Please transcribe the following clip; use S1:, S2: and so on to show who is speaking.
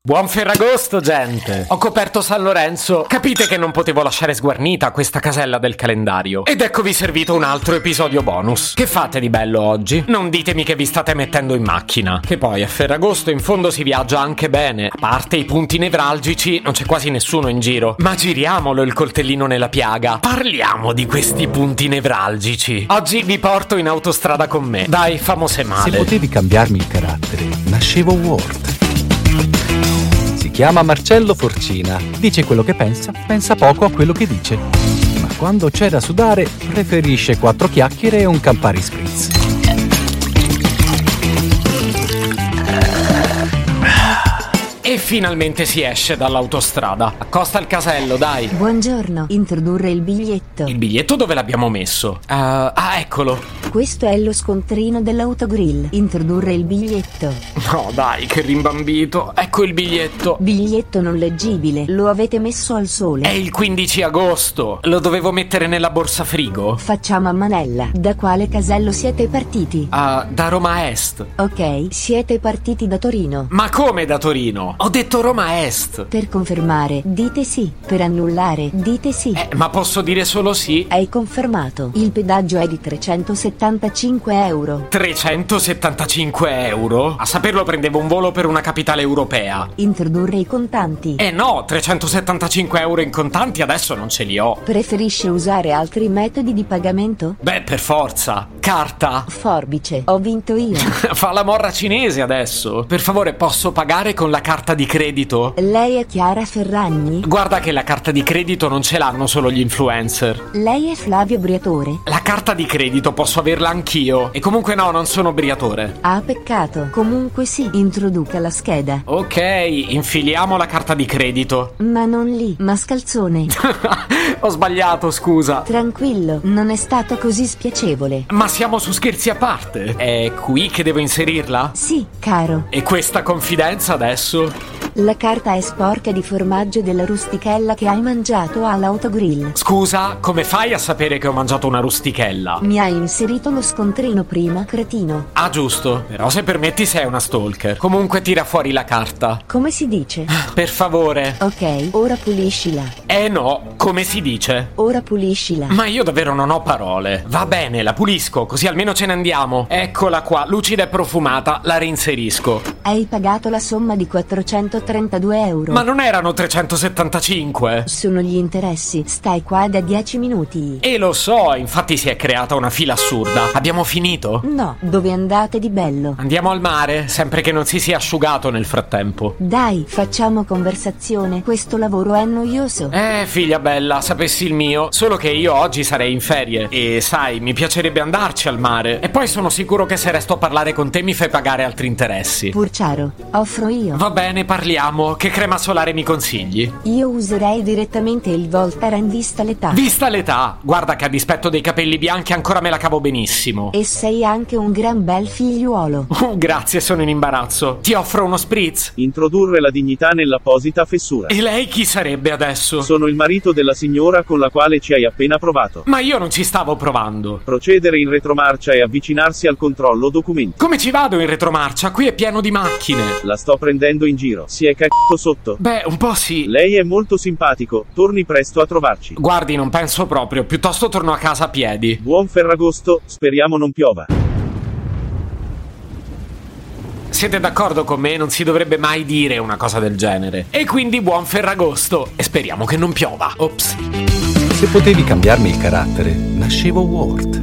S1: Buon Ferragosto, gente! Ho coperto San Lorenzo. Capite che non potevo lasciare sguarnita questa casella del calendario. Ed eccovi servito un altro episodio bonus. Che fate di bello oggi? Non ditemi che vi state mettendo in macchina. Che poi a Ferragosto in fondo si viaggia anche bene. A parte i punti nevralgici, non c'è quasi nessuno in giro. Ma giriamolo il coltellino nella piaga. Parliamo di questi punti nevralgici. Oggi vi porto in autostrada con me. Dai, famose
S2: Se
S1: male.
S2: potevi cambiarmi il carattere, nascevo Ward. Si chiama Marcello Forcina. Dice quello che pensa, pensa poco a quello che dice. Ma quando c'è da sudare, preferisce quattro chiacchiere e un Campari Spritz.
S1: E finalmente si esce dall'autostrada. Accosta il casello, dai.
S3: Buongiorno, introdurre il biglietto.
S1: Il biglietto dove l'abbiamo messo? Eh, ah, eccolo.
S3: Questo è lo scontrino dell'autogrill. Introdurre il biglietto.
S1: No, dai, che rimbambito. Ecco il biglietto.
S3: Biglietto non leggibile, lo avete messo al
S1: È
S3: sole.
S1: il 15 agosto. Lo dovevo mettere nella borsa frigo?
S3: Facciamo a manella. Da quale casello siete partiti?
S1: Ah, da Roma Est.
S3: Ok, siete partiti da Torino.
S1: Ma come da Torino? Ho detto Roma Est.
S3: Per confermare, dite sì. Per annullare, dite sì.
S1: Eh, ma posso dire solo sì?
S3: Hai confermato. Il pedaggio è di 375 euro.
S1: 375 euro? A saperlo prendevo un volo per una capitale europea.
S3: Introdurre i contanti.
S1: Eh no, 375 euro in contanti adesso non ce li ho.
S3: Preferisce usare altri metodi di pagamento?
S1: Beh, per forza. Carta.
S3: Forbice, ho vinto io.
S1: Fa la morra cinese adesso. Per favore, posso pagare con la carta di credito?
S3: Lei è Chiara Ferragni?
S1: Guarda che la carta di credito non ce l'hanno solo gli influencer.
S3: Lei è Flavio Briatore?
S1: La carta di credito posso averla anch'io. E comunque no, non sono briatore.
S3: Ah, peccato. Comunque sì, introduca la scheda.
S1: Ok, infiliamo la carta di credito.
S3: Ma non lì, mascalzone.
S1: Ho sbagliato, scusa.
S3: Tranquillo, non è stato così spiacevole.
S1: Ma siamo su scherzi a parte. È qui che devo inserirla?
S3: Sì, caro,
S1: E questa confidenza adesso?
S3: la carta è sporca di formaggio della rustichella che hai mangiato all'autogrill.
S1: Scusa, come fai a sapere che ho mangiato una rustichella?
S3: Mi hai inserito lo scontrino prima, cretino.
S1: Ah, giusto. Però se permetti sei una stalker. Comunque tira fuori la carta.
S3: Come si dice?
S1: Per favore.
S3: Ok, ora puliscila.
S1: Eh no, come si dice?
S3: Ora puliscila.
S1: Ma io davvero non ho parole. Va bene, la pulisco, così almeno ce ne andiamo. Eccola qua, lucida e profumata, la reinserisco.
S3: Hai pagato la somma di 432 euro.
S1: Ma non erano 375?
S3: Sono gli interessi. Stai qua da 10 minuti.
S1: E lo so, infatti si è creata una fila assurda. Abbiamo finito?
S3: No, dove andate di bello?
S1: Andiamo al mare, sempre che non si sia asciugato nel frattempo.
S3: Dai, facciamo conversazione. Questo lavoro è noioso.
S1: Eh, figlia bella, sapessi il mio, solo che io oggi sarei in ferie e sai, mi piacerebbe andarci al mare. E poi sono sicuro che se resto a parlare con te mi fai pagare altri interessi.
S3: Purciaro, offro io.
S1: Va bene, parliamo. Che crema solare mi consigli?
S3: Io userei direttamente il Voltaren vista l'età.
S1: Vista l'età, guarda che a dispetto dei capelli bianchi ancora me la cavo benissimo.
S3: E sei anche un gran bel figliuolo.
S1: Oh, grazie, sono in imbarazzo. Ti offro uno spritz.
S4: Introdurre la dignità nell'apposita fessura.
S1: E lei chi sarebbe adesso?
S4: Sono il marito della signora con la quale ci hai appena provato.
S1: Ma io non ci stavo provando.
S4: Procedere in retromarcia e avvicinarsi al controllo documenti.
S1: Come ci vado in retromarcia? Qui è pieno di macchine.
S4: La sto prendendo in giro. Si è caccato sotto.
S1: Beh, un po' sì.
S4: Lei è molto simpatico. Torni presto a trovarci.
S1: Guardi, non penso proprio, piuttosto torno a casa a piedi.
S4: Buon Ferragosto, speriamo non piova.
S1: Siete d'accordo con me? Non si dovrebbe mai dire una cosa del genere. E quindi buon Ferragosto e speriamo che non piova. Ops.
S2: Se potevi cambiarmi il carattere, nascevo Ward.